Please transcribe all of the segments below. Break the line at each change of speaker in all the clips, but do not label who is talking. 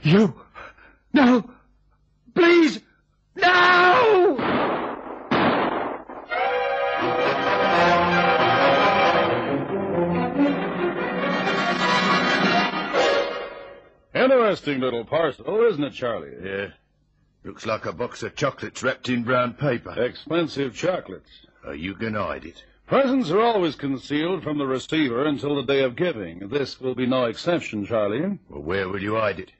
You! No! Please! No!
Interesting little parcel, isn't it, Charlie?
Yeah. Looks like a box of chocolates wrapped in brown paper.
Expensive chocolates.
Oh, you can hide it.
Presents are always concealed from the receiver until the day of giving. This will be no exception, Charlie.
Well, where will you hide it?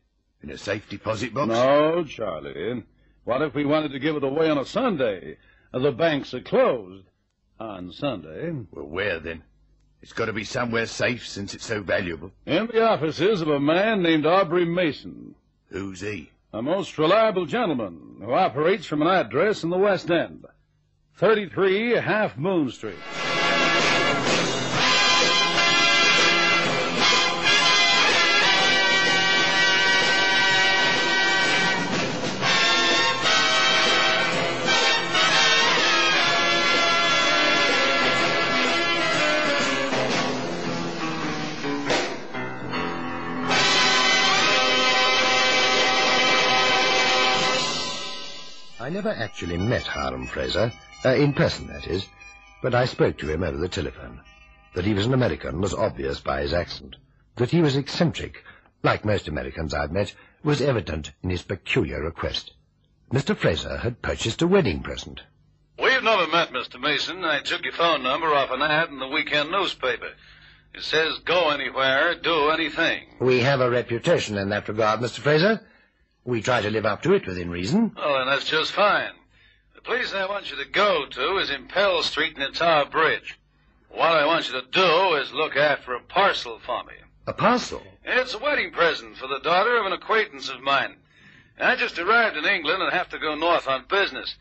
In a safe deposit box?
No, Charlie. What if we wanted to give it away on a Sunday? The banks are closed on Sunday.
Well, where then? It's got to be somewhere safe since it's so valuable.
In the offices of a man named Aubrey Mason,
Who's he?
a most reliable gentleman who operates from an address in the West End, 33 Half Moon Street.
I never actually met Hiram Fraser, uh, in person, that is, but I spoke to him over the telephone. That he was an American was obvious by his accent. That he was eccentric, like most Americans I've met, was evident in his peculiar request. Mr. Fraser had purchased a wedding present.
We've never met, Mr. Mason. I took your phone number off an ad in the weekend newspaper. It says go anywhere, do anything.
We have a reputation in that regard, Mr. Fraser. We try to live up to it within reason.
Well, then that's just fine. The place I want you to go to is Impel Street near Tower Bridge. What I want you to do is look after a parcel for me.
A parcel?
It's a wedding present for the daughter of an acquaintance of mine. I just arrived in England and have to go north on business.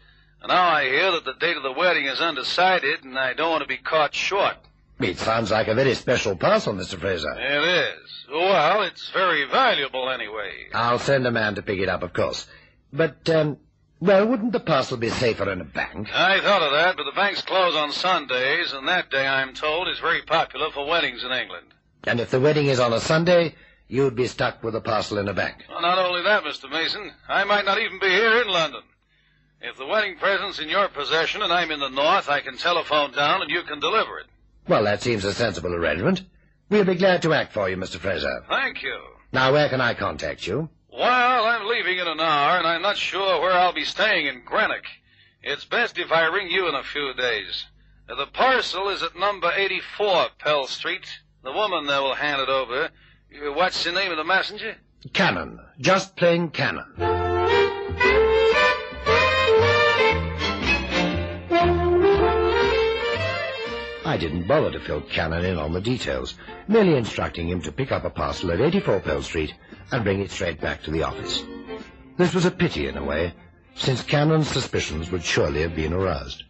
And now I hear that the date of the wedding is undecided, and I don't want to be caught short.
It sounds like a very special parcel, Mr. Fraser.
It is. Well, it's very valuable anyway.
I'll send a man to pick it up, of course. But, um, well, wouldn't the parcel be safer in a bank?
I thought of that, but the banks close on Sundays, and that day, I'm told, is very popular for weddings in England.
And if the wedding is on a Sunday, you'd be stuck with a parcel in a bank.
Well, not only that, Mr. Mason, I might not even be here in London. If the wedding present's in your possession and I'm in the north, I can telephone down and you can deliver it.
Well, that seems a sensible arrangement. We'll be glad to act for you, Mr. Fraser.
Thank you.
Now, where can I contact you?
Well, I'm leaving in an hour, and I'm not sure where I'll be staying in Greenock. It's best if I ring you in a few days. Uh, The parcel is at number 84 Pell Street. The woman there will hand it over. Uh, What's the name of the messenger?
Cannon. Just plain Cannon. I didn't bother to fill Cannon in on the details, merely instructing him to pick up a parcel at 84 Pearl Street and bring it straight back to the office. This was a pity, in a way, since Cannon's suspicions would surely have been aroused.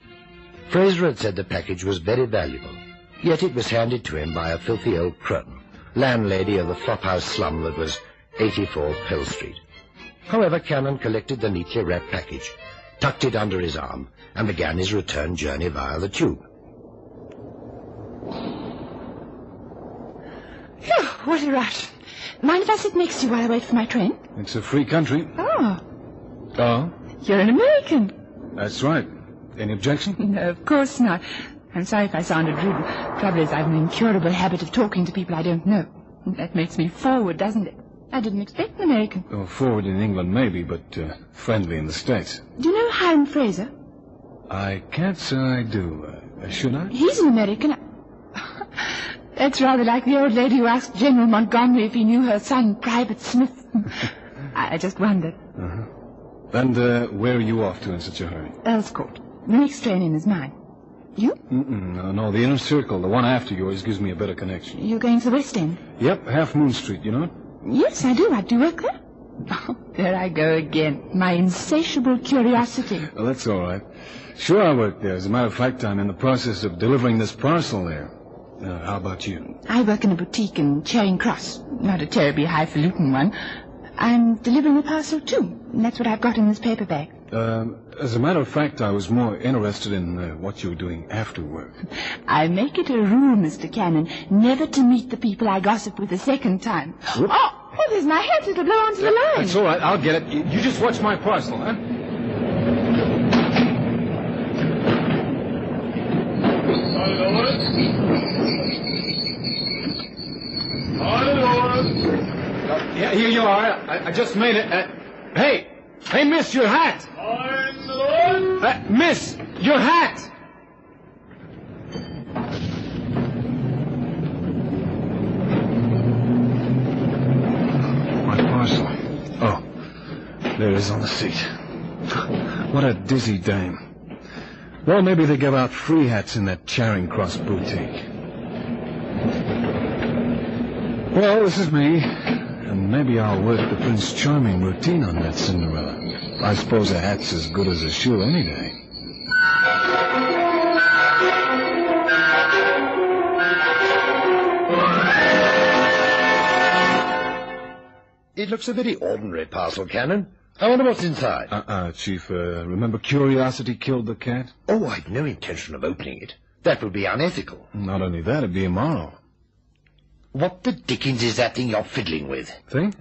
Fraser had said the package was very valuable, yet it was handed to him by a filthy old crone, landlady of the flophouse slum that was 84 Pill Street. However, Cannon collected the neatly wrapped package, tucked it under his arm, and began his return journey via the tube.
Phew, what a rush. Mind if I sit next to you while I wait for my train?
It's a free country.
Oh,
Oh,
you're an American.
that's right. Any objection?
No, of course not. I'm sorry if I sounded rude. Trouble is, I've an incurable habit of talking to people I don't know. That makes me forward, doesn't it? I didn't expect an American.
Oh, forward in England, maybe, but uh, friendly in the States.
Do you know Hiram Fraser?
I can't say I do. Uh, should I?
He's an American. That's rather like the old lady who asked General Montgomery if he knew her son, Private Smith. I I just wondered.
And uh, where are you off to in such a hurry?
Earl's Court. The next train in is mine. You?
Mm-mm, no, no, the inner circle, the one after yours, gives me a better connection.
You're going to the West End?
Yep, Half Moon Street, you know it?
Yes, I do. I do work there. Oh, there I go again. My insatiable curiosity.
Well, that's all right. Sure, I work there. As a matter of fact, I'm in the process of delivering this parcel there. Uh, how about you?
I work in a boutique in Charing Cross. Not a terribly highfalutin one. I'm delivering a parcel, too. And that's what I've got in this paper bag.
Um, as a matter of fact, I was more interested in uh, what you were doing after work.
I make it a rule, Mr. Cannon, never to meet the people I gossip with a second time. Oh! Oh, there's my hat. It'll blow onto the line.
That's all right. I'll get it. You you just watch my parcel, huh? Yeah, here you are. I, I just made it. Uh, hey, hey, miss, your hat. Uh, miss, your hat. My parcel. Oh, there it is on the seat. What a dizzy dame. Well, maybe they give out free hats in that Charing Cross boutique. Well, this is me. And maybe I'll work the Prince Charming routine on that Cinderella. I suppose a hat's as good as a shoe any day.
It looks a very ordinary parcel, Cannon. I wonder what's inside.
Uh-uh, Chief. Uh, remember curiosity killed the cat?
Oh, I've no intention of opening it. That would be unethical.
Not only that, it'd be immoral.
What the dickens is that thing you're fiddling with?
Think?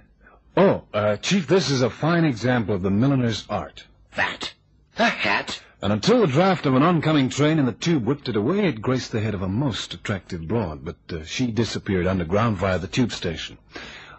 Oh, uh, Chief, this is a fine example of the milliner's art.
That? A hat?
And until the draft of an oncoming train in the tube whipped it away, it graced the head of a most attractive blonde, but uh, she disappeared underground via the tube station.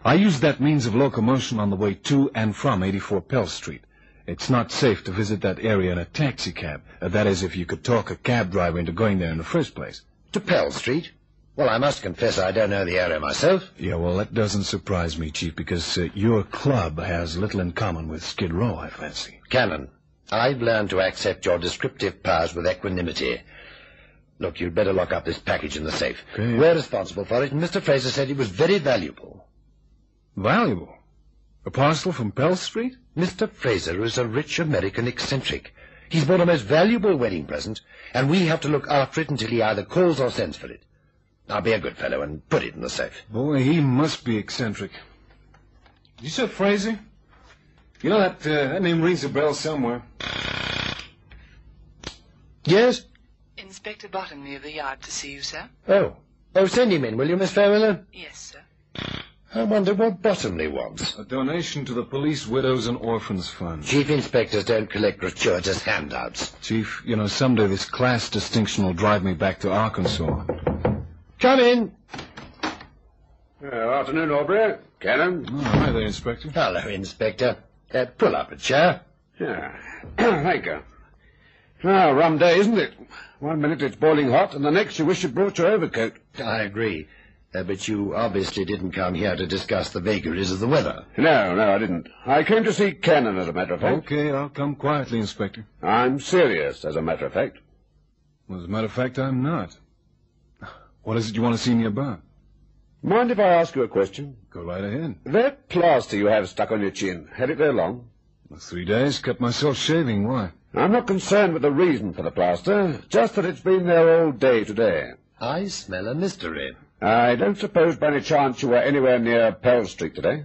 I used that means of locomotion on the way to and from 84 Pell Street. It's not safe to visit that area in a taxicab. Uh, that is, if you could talk a cab driver into going there in the first place.
To Pell Street? Well, I must confess I don't know the area myself.
Yeah, well, that doesn't surprise me, Chief, because uh, your club has little in common with Skid Row, I fancy.
Cannon, I've learned to accept your descriptive powers with equanimity. Look, you'd better lock up this package in the safe.
Okay.
We're responsible for it, and Mr. Fraser said it was very valuable.
Valuable? A parcel from Pell Street?
Mr. Fraser is a rich American eccentric. He's bought a most valuable wedding present, and we have to look after it until he either calls or sends for it. Now be a good fellow and put it in the safe.
Boy, he must be eccentric. You said Fraser? You know that uh, that name rings a bell somewhere.
Yes?
Inspector Bottom near the yard to see you, sir.
Oh. Oh, send him in, will you, Miss Fairweather?
Yes, sir.
I wonder what Bottomley wants.
A donation to the Police Widows and Orphans Fund.
Chief inspectors don't collect gratuitous handouts.
Chief, you know, someday this class distinction will drive me back to Arkansas.
Come in.
afternoon, Aubrey. Cannon.
Oh, hi there, Inspector.
Hello, Inspector. Uh, pull up a chair.
Yeah. Thank you. Ah, rum day, isn't it? One minute it's boiling hot, and the next you wish you brought your overcoat.
I agree. Uh, but you obviously didn't come here to discuss the vagaries of the weather.
No, no, I didn't. I came to see Cannon, as a matter of fact.
Okay, I'll come quietly, Inspector.
I'm serious, as a matter of fact.
Well, as a matter of fact, I'm not. What is it you want to see me about?
Mind if I ask you a question?
Go right ahead.
That plaster you have stuck on your chin, had it there long?
Three days, kept myself shaving. Why?
I'm not concerned with the reason for the plaster, just that it's been there all day today.
I smell a mystery.
I don't suppose by any chance you were anywhere near Pell Street today.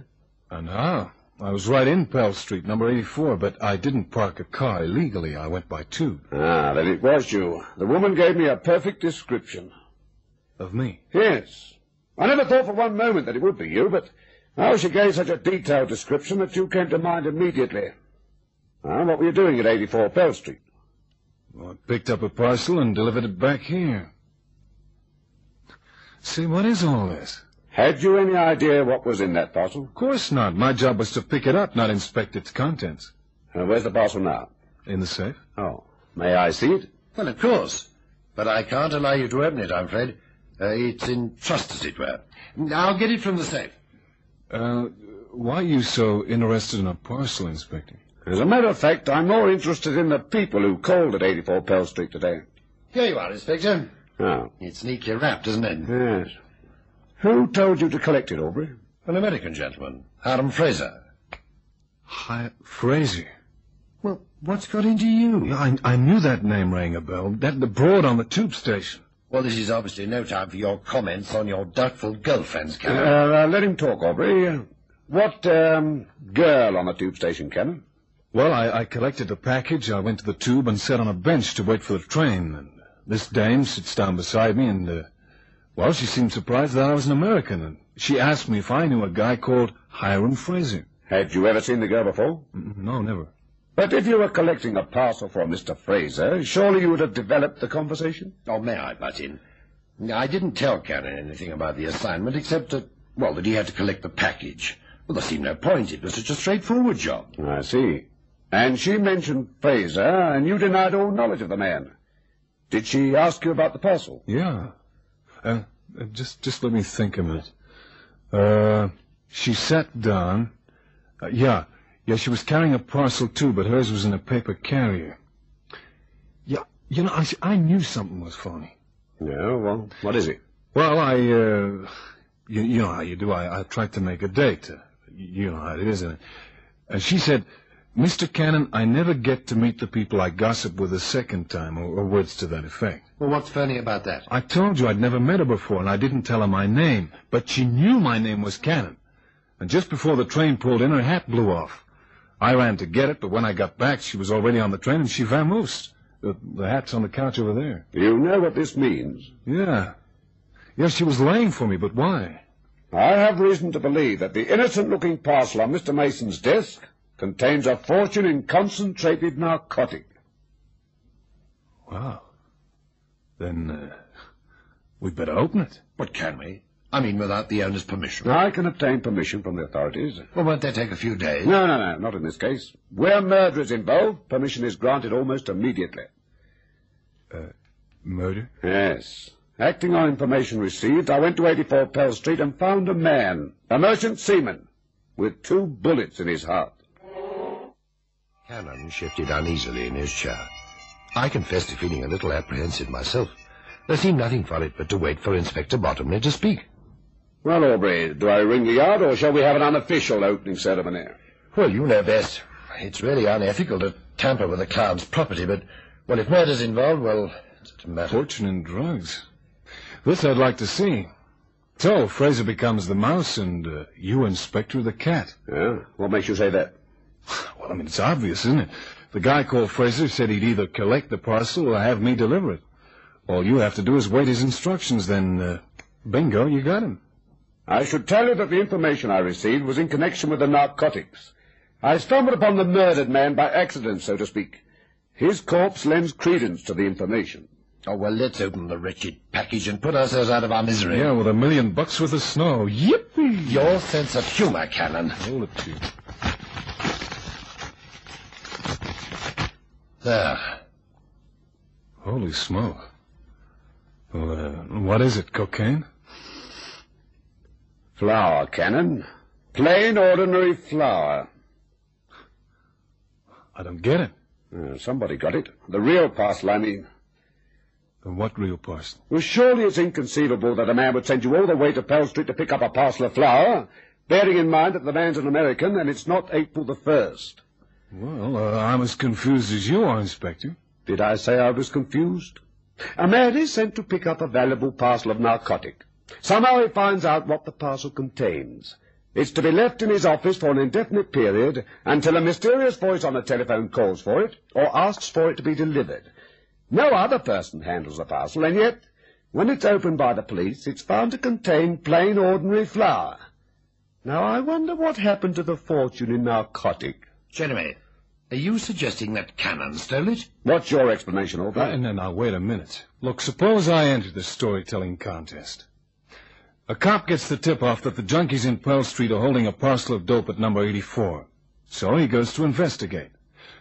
And how? I was right in Pell Street, number 84, but I didn't park a car illegally. I went by tube.
Ah, then it was you. The woman gave me a perfect description.
Of me?
Yes. I never thought for one moment that it would be you, but now she gave such a detailed description that you came to mind immediately. Well, what were you doing at 84 Pell Street?
Well, I picked up a parcel and delivered it back here. See, what is all this?
Had you any idea what was in that parcel?
Of course not. My job was to pick it up, not inspect its contents.
Uh, where's the parcel now?
In the safe?
Oh, may I see it?
Well, of course. But I can't allow you to open it, I'm afraid. Uh, it's in trust, as it were. I'll get it from the safe.
Uh, why are you so interested in a parcel, Inspector?
As a matter of fact, I'm more interested in the people who called at 84 Pell Street today.
Here you are, Inspector.
Oh,
It's neatly wrapped, isn't it?
yes. Who told you to collect it, Aubrey?
An American gentleman, Hiram Fraser.
Hi, Fraser.
Well, what's got into you?
Yeah, I, I knew that name rang a bell. That the broad on the tube station.
Well, this is obviously no time for your comments on your doubtful girlfriend's
Uh,
Cannon.
uh, let him talk,
uh,
Aubrey. What, um, girl on the tube station, Cannon?
Well, I, I collected the package. I went to the tube and sat on a bench to wait for the train. And this dame sits down beside me and, uh, Well, she seemed surprised that I was an American, and she asked me if I knew a guy called Hiram Fraser.
Had you ever seen the girl before?
Mm, No, never.
But if you were collecting a parcel for Mr. Fraser, surely you would have developed the conversation?
Oh, may I butt in? I didn't tell Cannon anything about the assignment except that, well, that he had to collect the package. Well, there seemed no point. It was such a straightforward job.
I see. And she mentioned Fraser, and you denied all knowledge of the man. Did she ask you about the parcel?
Yeah. Uh, uh, just, just let me think a minute. Uh, she sat down. Uh, yeah, yeah. She was carrying a parcel too, but hers was in a paper carrier. Yeah, you know, I, s- I knew something was phony.
No, well, what is it?
Well, I, uh, you, you know how you do. I, I tried to make a date. Uh, You know how it is, isn't it? And she said, Mr. Cannon, I never get to meet the people I gossip with a second time, or, or words to that effect.
Well, what's funny about that?
I told you I'd never met her before, and I didn't tell her my name, but she knew my name was Cannon. And just before the train pulled in, her hat blew off. I ran to get it, but when I got back, she was already on the train, and she vamoosed. The, the hat's on the couch over there.
You know what this means.
Yeah. Yes, she was lying for me, but why?
I have reason to believe that the innocent-looking parcel on Mr. Mason's desk contains a fortune in concentrated narcotic.
Wow. Then, uh, we'd better open it.
But can we? I mean, without the owner's permission.
I can obtain permission from the authorities.
Well, won't that take a few days?
No, no, no, not in this case. Where murder is involved, permission is granted almost immediately.
Murder?
Yes. Acting on information received, I went to 84 Pell Street and found a man, a merchant seaman, with two bullets in his heart.
Cannon shifted uneasily in his chair. I confess to feeling a little apprehensive myself. There seemed nothing for it but to wait for Inspector Bottomley to speak.
Well, Aubrey, do I ring the yard or shall we have an unofficial opening ceremony?
Well, you know best. It's really unethical to tamper with a client's property, but, well, if murder's involved, well, it's a matter.
Fortune in drugs. This I'd like to see. So, Fraser becomes the mouse, and uh, you, Inspector, the cat.
Yeah? What makes you say that?
Well, I mean, it's obvious, isn't it? The guy called Fraser said he'd either collect the parcel or have me deliver it. All you have to do is wait his instructions, then, uh, bingo, you got him.
I should tell you that the information I received was in connection with the narcotics. I stumbled upon the murdered man by accident, so to speak. His corpse lends credence to the information.
Oh, well, let's open the wretched package and put ourselves out of our misery.
Yeah, with a million bucks worth of snow. Yippee!
Your sense of humor, Cannon.
Hold it, Chief.
There.
Holy smoke. Well, uh, what is it, cocaine?
Flour cannon. Plain, ordinary flour.
I don't get it.
Uh, somebody got it. The real parcel, I mean.
Then what real parcel?
Well, surely it's inconceivable that a man would send you all the way to Pell Street to pick up a parcel of flour, bearing in mind that the man's an American and it's not April the 1st.
Well, uh, I'm as confused as you are, Inspector.
Did I say I was confused? A man is sent to pick up a valuable parcel of narcotic. Somehow he finds out what the parcel contains. It's to be left in his office for an indefinite period until a mysterious voice on the telephone calls for it or asks for it to be delivered. No other person handles the parcel, and yet, when it's opened by the police, it's found to contain plain ordinary flour. Now I wonder what happened to the fortune in narcotic.
Jeremy, are you suggesting that Cannon stole it?
What's your explanation, Aubrey?
And then now, wait a minute. Look, suppose I enter this storytelling contest. A cop gets the tip off that the junkies in Pearl Street are holding a parcel of dope at number 84. So he goes to investigate.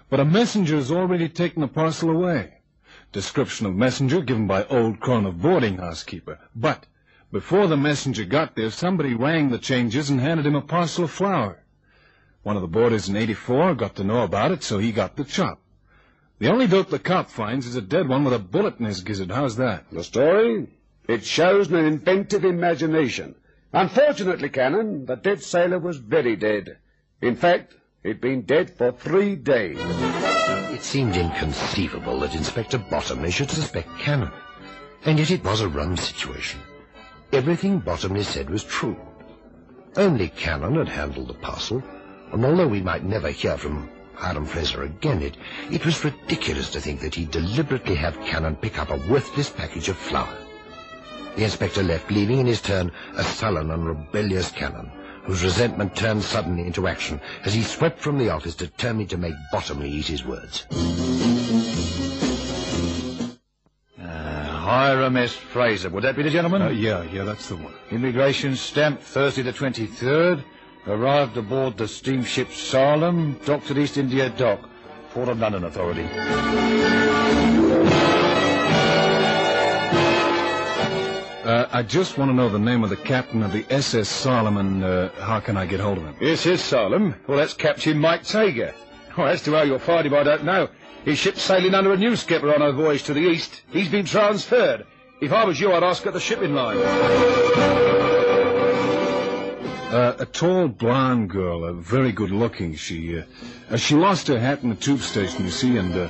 But a messenger has already taken the parcel away. Description of messenger given by old crone of boarding housekeeper. But before the messenger got there, somebody rang the changes and handed him a parcel of flour. One of the boarders in 84 got to know about it, so he got the chop. The only dope the cop finds is a dead one with a bullet in his gizzard. How's that?
The story? It shows an inventive imagination. Unfortunately, Cannon, the dead sailor was very dead. In fact, he'd been dead for three days.
It seemed inconceivable that Inspector Bottomley should suspect Cannon. And yet it was a rum situation. Everything Bottomley said was true. Only Cannon had handled the parcel, and although we might never hear from Hiram Fraser again, it, it was ridiculous to think that he deliberately had Cannon pick up a worthless package of flour. The inspector left, leaving in his turn a sullen and rebellious Cannon, whose resentment turned suddenly into action as he swept from the office determined to make Bottomley eat his words.
Hiram S. Fraser. Would that be the gentleman?
Uh, yeah, yeah, that's the one.
Immigration stamp Thursday the 23rd. Arrived aboard the steamship Salem, docked at East India Dock, Port of London Authority.
Uh, I just want to know the name of the captain of the SS Solomon. Uh, how can I get hold of him?
This is Salem. Well, that's Captain Mike Tager. Well, as to how you'll find him, I don't know. His ship's sailing under a new skipper on a voyage to the east. He's been transferred. If I was you, I'd ask at the shipping line.
Uh, a tall blonde girl, uh, very good looking. She uh, uh, she lost her hat in the tube station, you see, and uh,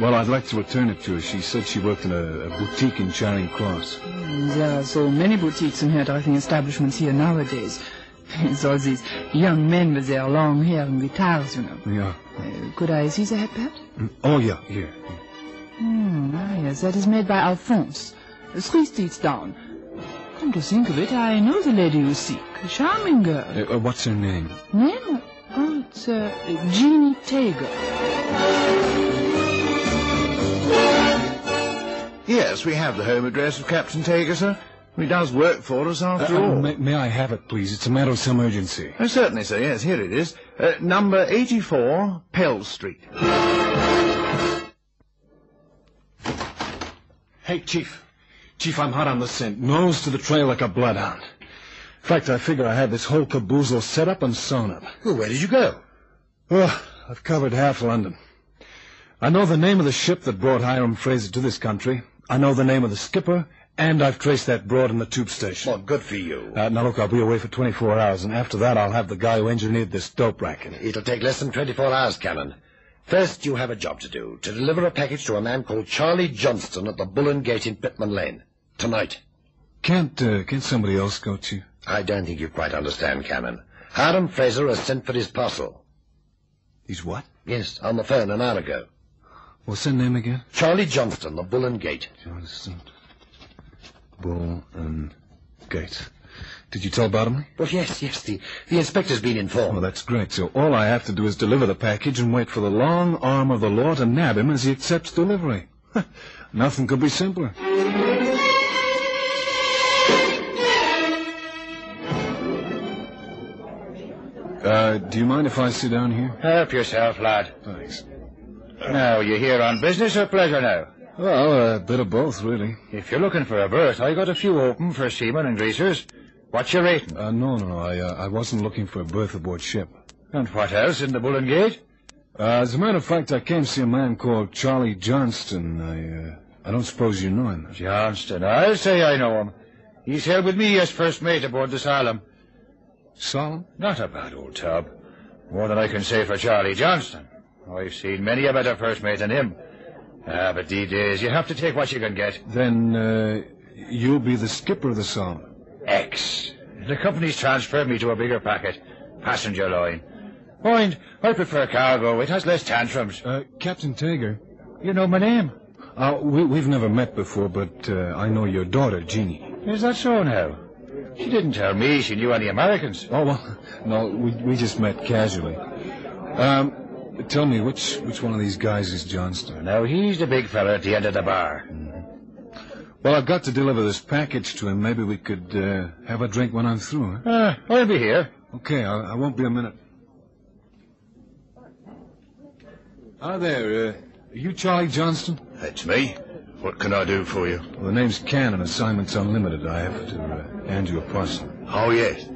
well, I'd like to return it to her. She said she worked in a, a boutique in Charing Cross.
There are so many boutiques and hairdressing establishments here nowadays. It's all these young men with their long hair and guitars, you know.
Yeah.
Uh, could I see the hat, perhaps?
Oh yeah, here.
Hmm, ah, yes, that is made by Alphonse. uh, Three streets down. Come to think of it, I know the lady you seek. A charming girl.
Uh, uh, what's her name?
Name? Oh, it's uh, Jeannie Tager.
Yes, we have the home address of Captain Tager, sir. He does work for us after
Uh, may, may I have it, please? It's a matter of some urgency.
Oh, certainly, sir. Yes, here it is. Uh, number 84, Pell Street.
Hey, Chief. Chief, I'm hot on the scent. Nose to the trail like a bloodhound. In fact, I figure I had this whole caboozle set up and sewn up.
Well, where did you go?
Well, I've covered half London. I know the name of the ship that brought Hiram Fraser to this country. I know the name of the skipper, and I've traced that broad in the tube station.
Well, good for you.
Uh, now look, I'll be away for 24 hours, and after that I'll have the guy who engineered this dope racket.
It'll take less than 24 hours, Cannon. First, you have a job to do, to deliver a package to a man called Charlie Johnston at the Bull and Gate in Pitman Lane. Tonight.
Can't, uh, can't somebody else go, Chief?
I don't think you quite understand, Cannon. Hiram Fraser has sent for his parcel.
He's what?
Yes, on the phone an hour ago.
What's his name again?
Charlie Johnston, the Bull and Gate.
Johnston. Bull and Gates. Did you tell Bottomley?
Well, yes, yes, the, the inspector's been
Well,
informed.
Oh, that's great. So all I have to do is deliver the package and wait for the long arm of the law to nab him as he accepts delivery. Nothing could be simpler. Uh, do you mind if I sit down here?
Help yourself, lad.
Thanks.
Now, you're here on business or pleasure now?
Well, a bit of both, really.
If you're looking for a berth, I got a few open for seamen and greasers. What's your rating?
Uh, no, no, no. I, uh, I wasn't looking for a berth aboard ship.
And what else in the Bull and Gate?
Uh, as a matter of fact, I came to see a man called Charlie Johnston. I, uh, I don't suppose you know him.
Johnston, I'll say I know him. He's held with me as first mate aboard the Salem.
Solemn?
Not a bad old tub. More than I can say for Charlie Johnston. I've seen many a better first mate than him. Ah, but these days you have to take what you can get.
Then uh, you'll be the skipper of the Solomon.
X. The company's transferred me to a bigger packet. Passenger line. Mind, I prefer cargo. It has less tantrums.
Uh, Captain Tager,
You know my name.
uh, we, we've never met before, but uh, I know your daughter, Jeannie.
Is that so now? She didn't tell me she knew any Americans.
Oh, well, no, we, we just met casually. Um, tell me, which, which one of these guys is Johnston? Mm-hmm.
Now he's the big fella at the end of the bar.
Well, I've got to deliver this package to him. Maybe we could uh, have a drink when I'm through, huh?
Ah, I'll be here.
Okay, I, I won't be a minute. Hi there, uh, are you Charlie Johnston?
That's me. What can I do for you?
Well, the name's Cannon. Assignment's unlimited. I have to uh, hand you a parcel.
Oh, yes.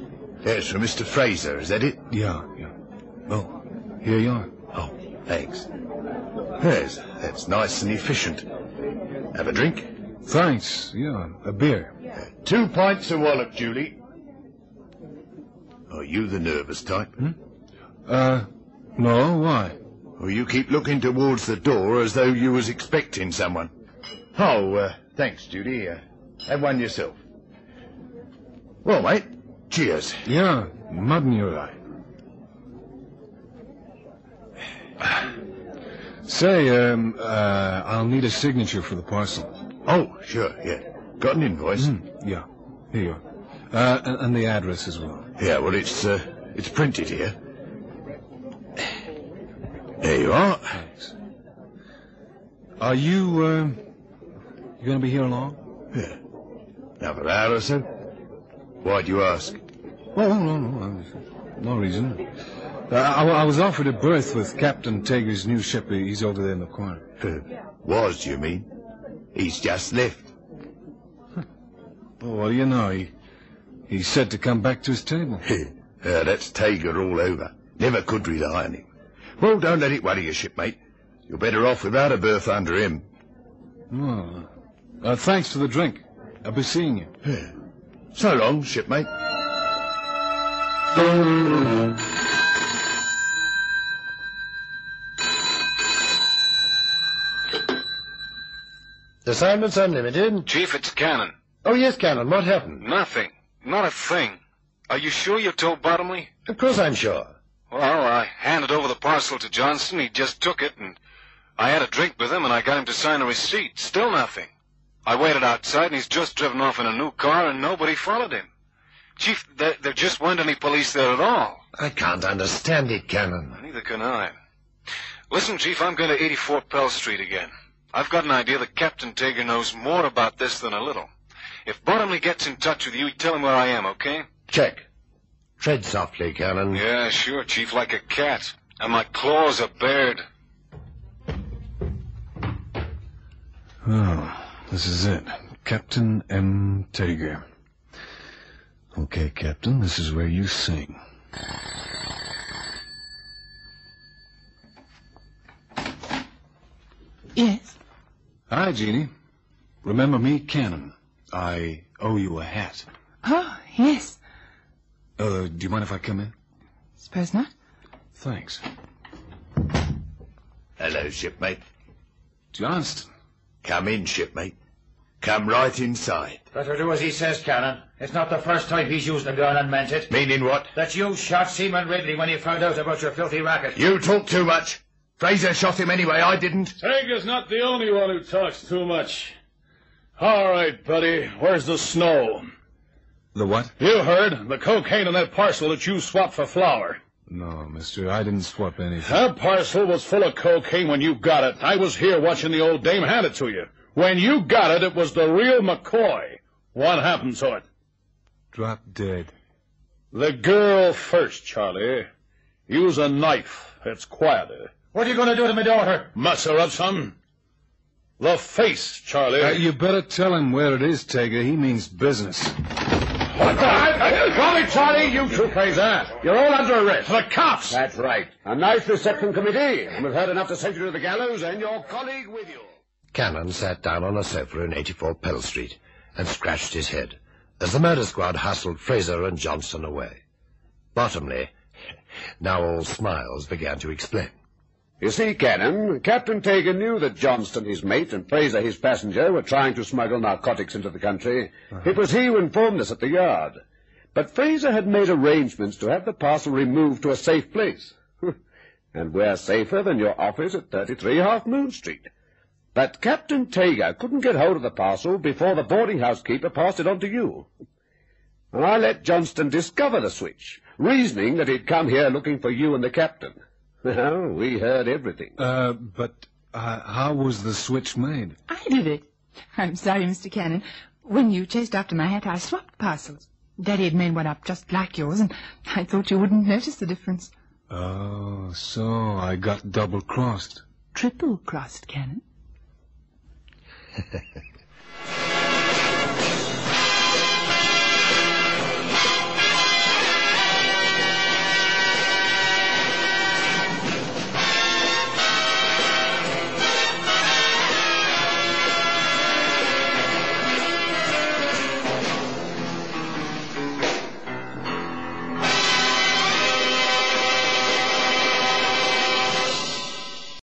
Yes, from Mr. Fraser, is that it?
Yeah, yeah. Oh, here you are.
Oh, thanks. Yes, that's nice and efficient. Have a drink?
Thanks. Yeah, a beer.
Two pints of wallop, Julie. Are you the nervous type? Hmm?
Uh, no, why?
Or you keep looking towards the door as though you was expecting someone? Oh, uh, thanks, Judy. Uh, have one yourself. Well, mate, cheers.
Yeah, mud in your eye. Say, um, uh, I'll need a signature for the parcel. Hmm.
Oh, sure, yeah.
Got an invoice?
Yeah, here you are. Uh, and, and the address as well.
Yeah, well, it's uh, it's printed here. There you are.
Thanks. Are you, uh, you going to be here long?
Yeah. Another hour or so. Why do you ask?
Oh, no, no, no, no reason. Uh, I, I was offered a berth with Captain Tager's new ship. He's over there in the corner.
Uh,
Was, you mean? He's just left.
Oh, well, you know, he, he said to come back to his table.
Uh, that's Tiger all over. Never could rely on him. Well, don't let it worry you, shipmate. You're better off without a berth under him.
Well, uh, thanks for the drink. I'll be seeing you.
So long, shipmate.
Assignments Unlimited.
Chief, it's Cannon.
Oh, yes, Cannon, what happened?
Nothing. Not a thing. Are you sure you told Bottomley?
Of course I'm sure.
Well, I handed over the parcel to Johnson. He just took it, and I had a drink with him, and I got him to sign a receipt. Still nothing. I waited outside, and he's just driven off in a new car, and nobody followed him. Chief, there, there just weren't any police there at
Oh.
all.
I can't understand it, Cannon.
Neither can I. Listen, Chief, I'm going to 84 Pell Street again. I've got an idea that Captain Tager knows more about this than a little. If Bottomley gets in touch with you, tell him where I am, okay?
Check. Tread softly, Cannon.
Yeah, sure, Chief, like a cat. And my claws are bared.
Oh, this is it. Captain M. Tager. Okay, Captain, this is where you sing.
Yes.
Hi, Jeannie. Remember me, Cannon. I owe you a hat.
Oh, yes.
Uh, do you mind if I come in?
Suppose not.
Thanks.
Hello, shipmate.
Johnston.
Come in, shipmate. Come right inside.
Better do as he says, Cannon. It's not the first time he's used a gun and meant it.
Meaning what?
That you shot Seaman Ridley when he found out about your filthy racket.
You talk too much. Fraser shot him anyway, I didn't.
Tiger's not the only one who talks too much. All right, buddy, where's the snow?
The what?
You heard, the cocaine in that parcel that you swapped for flour.
No, mister, I didn't swap anything.
That parcel was full of cocaine when you got it. I was here watching the old dame hand it to you. When you got it, it was the real McCoy. What happened to it?
Drop dead.
The girl first, Charlie. Use a knife. It's quieter.
What are you going to do to my daughter?
Muss her up some. The face, Charlie.
Uh, you better tell him where it is, Tager. He means business.
Come here, Charlie, you two that.
You're all under arrest.
The cops!
That's right. A nice reception committee. And we've heard enough to send you to the gallows and your colleague with you.
Cannon sat down on a sofa in 84 Pell Street and scratched his head as the murder squad hustled Fraser and Johnson away. Bottomley, now all smiles, began to explain.
You see, Cannon, Captain Tager knew that Johnston, his mate, and Fraser, his passenger, were trying to smuggle narcotics into the country. It was he who informed us at the yard. But Fraser had made arrangements to have the parcel removed to a safe place. and where safer than your office at 33 Half Moon Street. But Captain Tager couldn't get hold of the parcel before the boarding house keeper passed it on to you. And I let Johnston discover the switch, reasoning that he'd come here looking for you and the captain. Well, we heard everything.
Uh, but uh, how was the switch made?
I did it. I'm sorry, Mr. Cannon. When you chased after my hat, I swapped parcels. Daddy had made one up just like yours, and I thought you wouldn't notice the difference.
Oh, so I got double crossed.
Triple crossed, Cannon.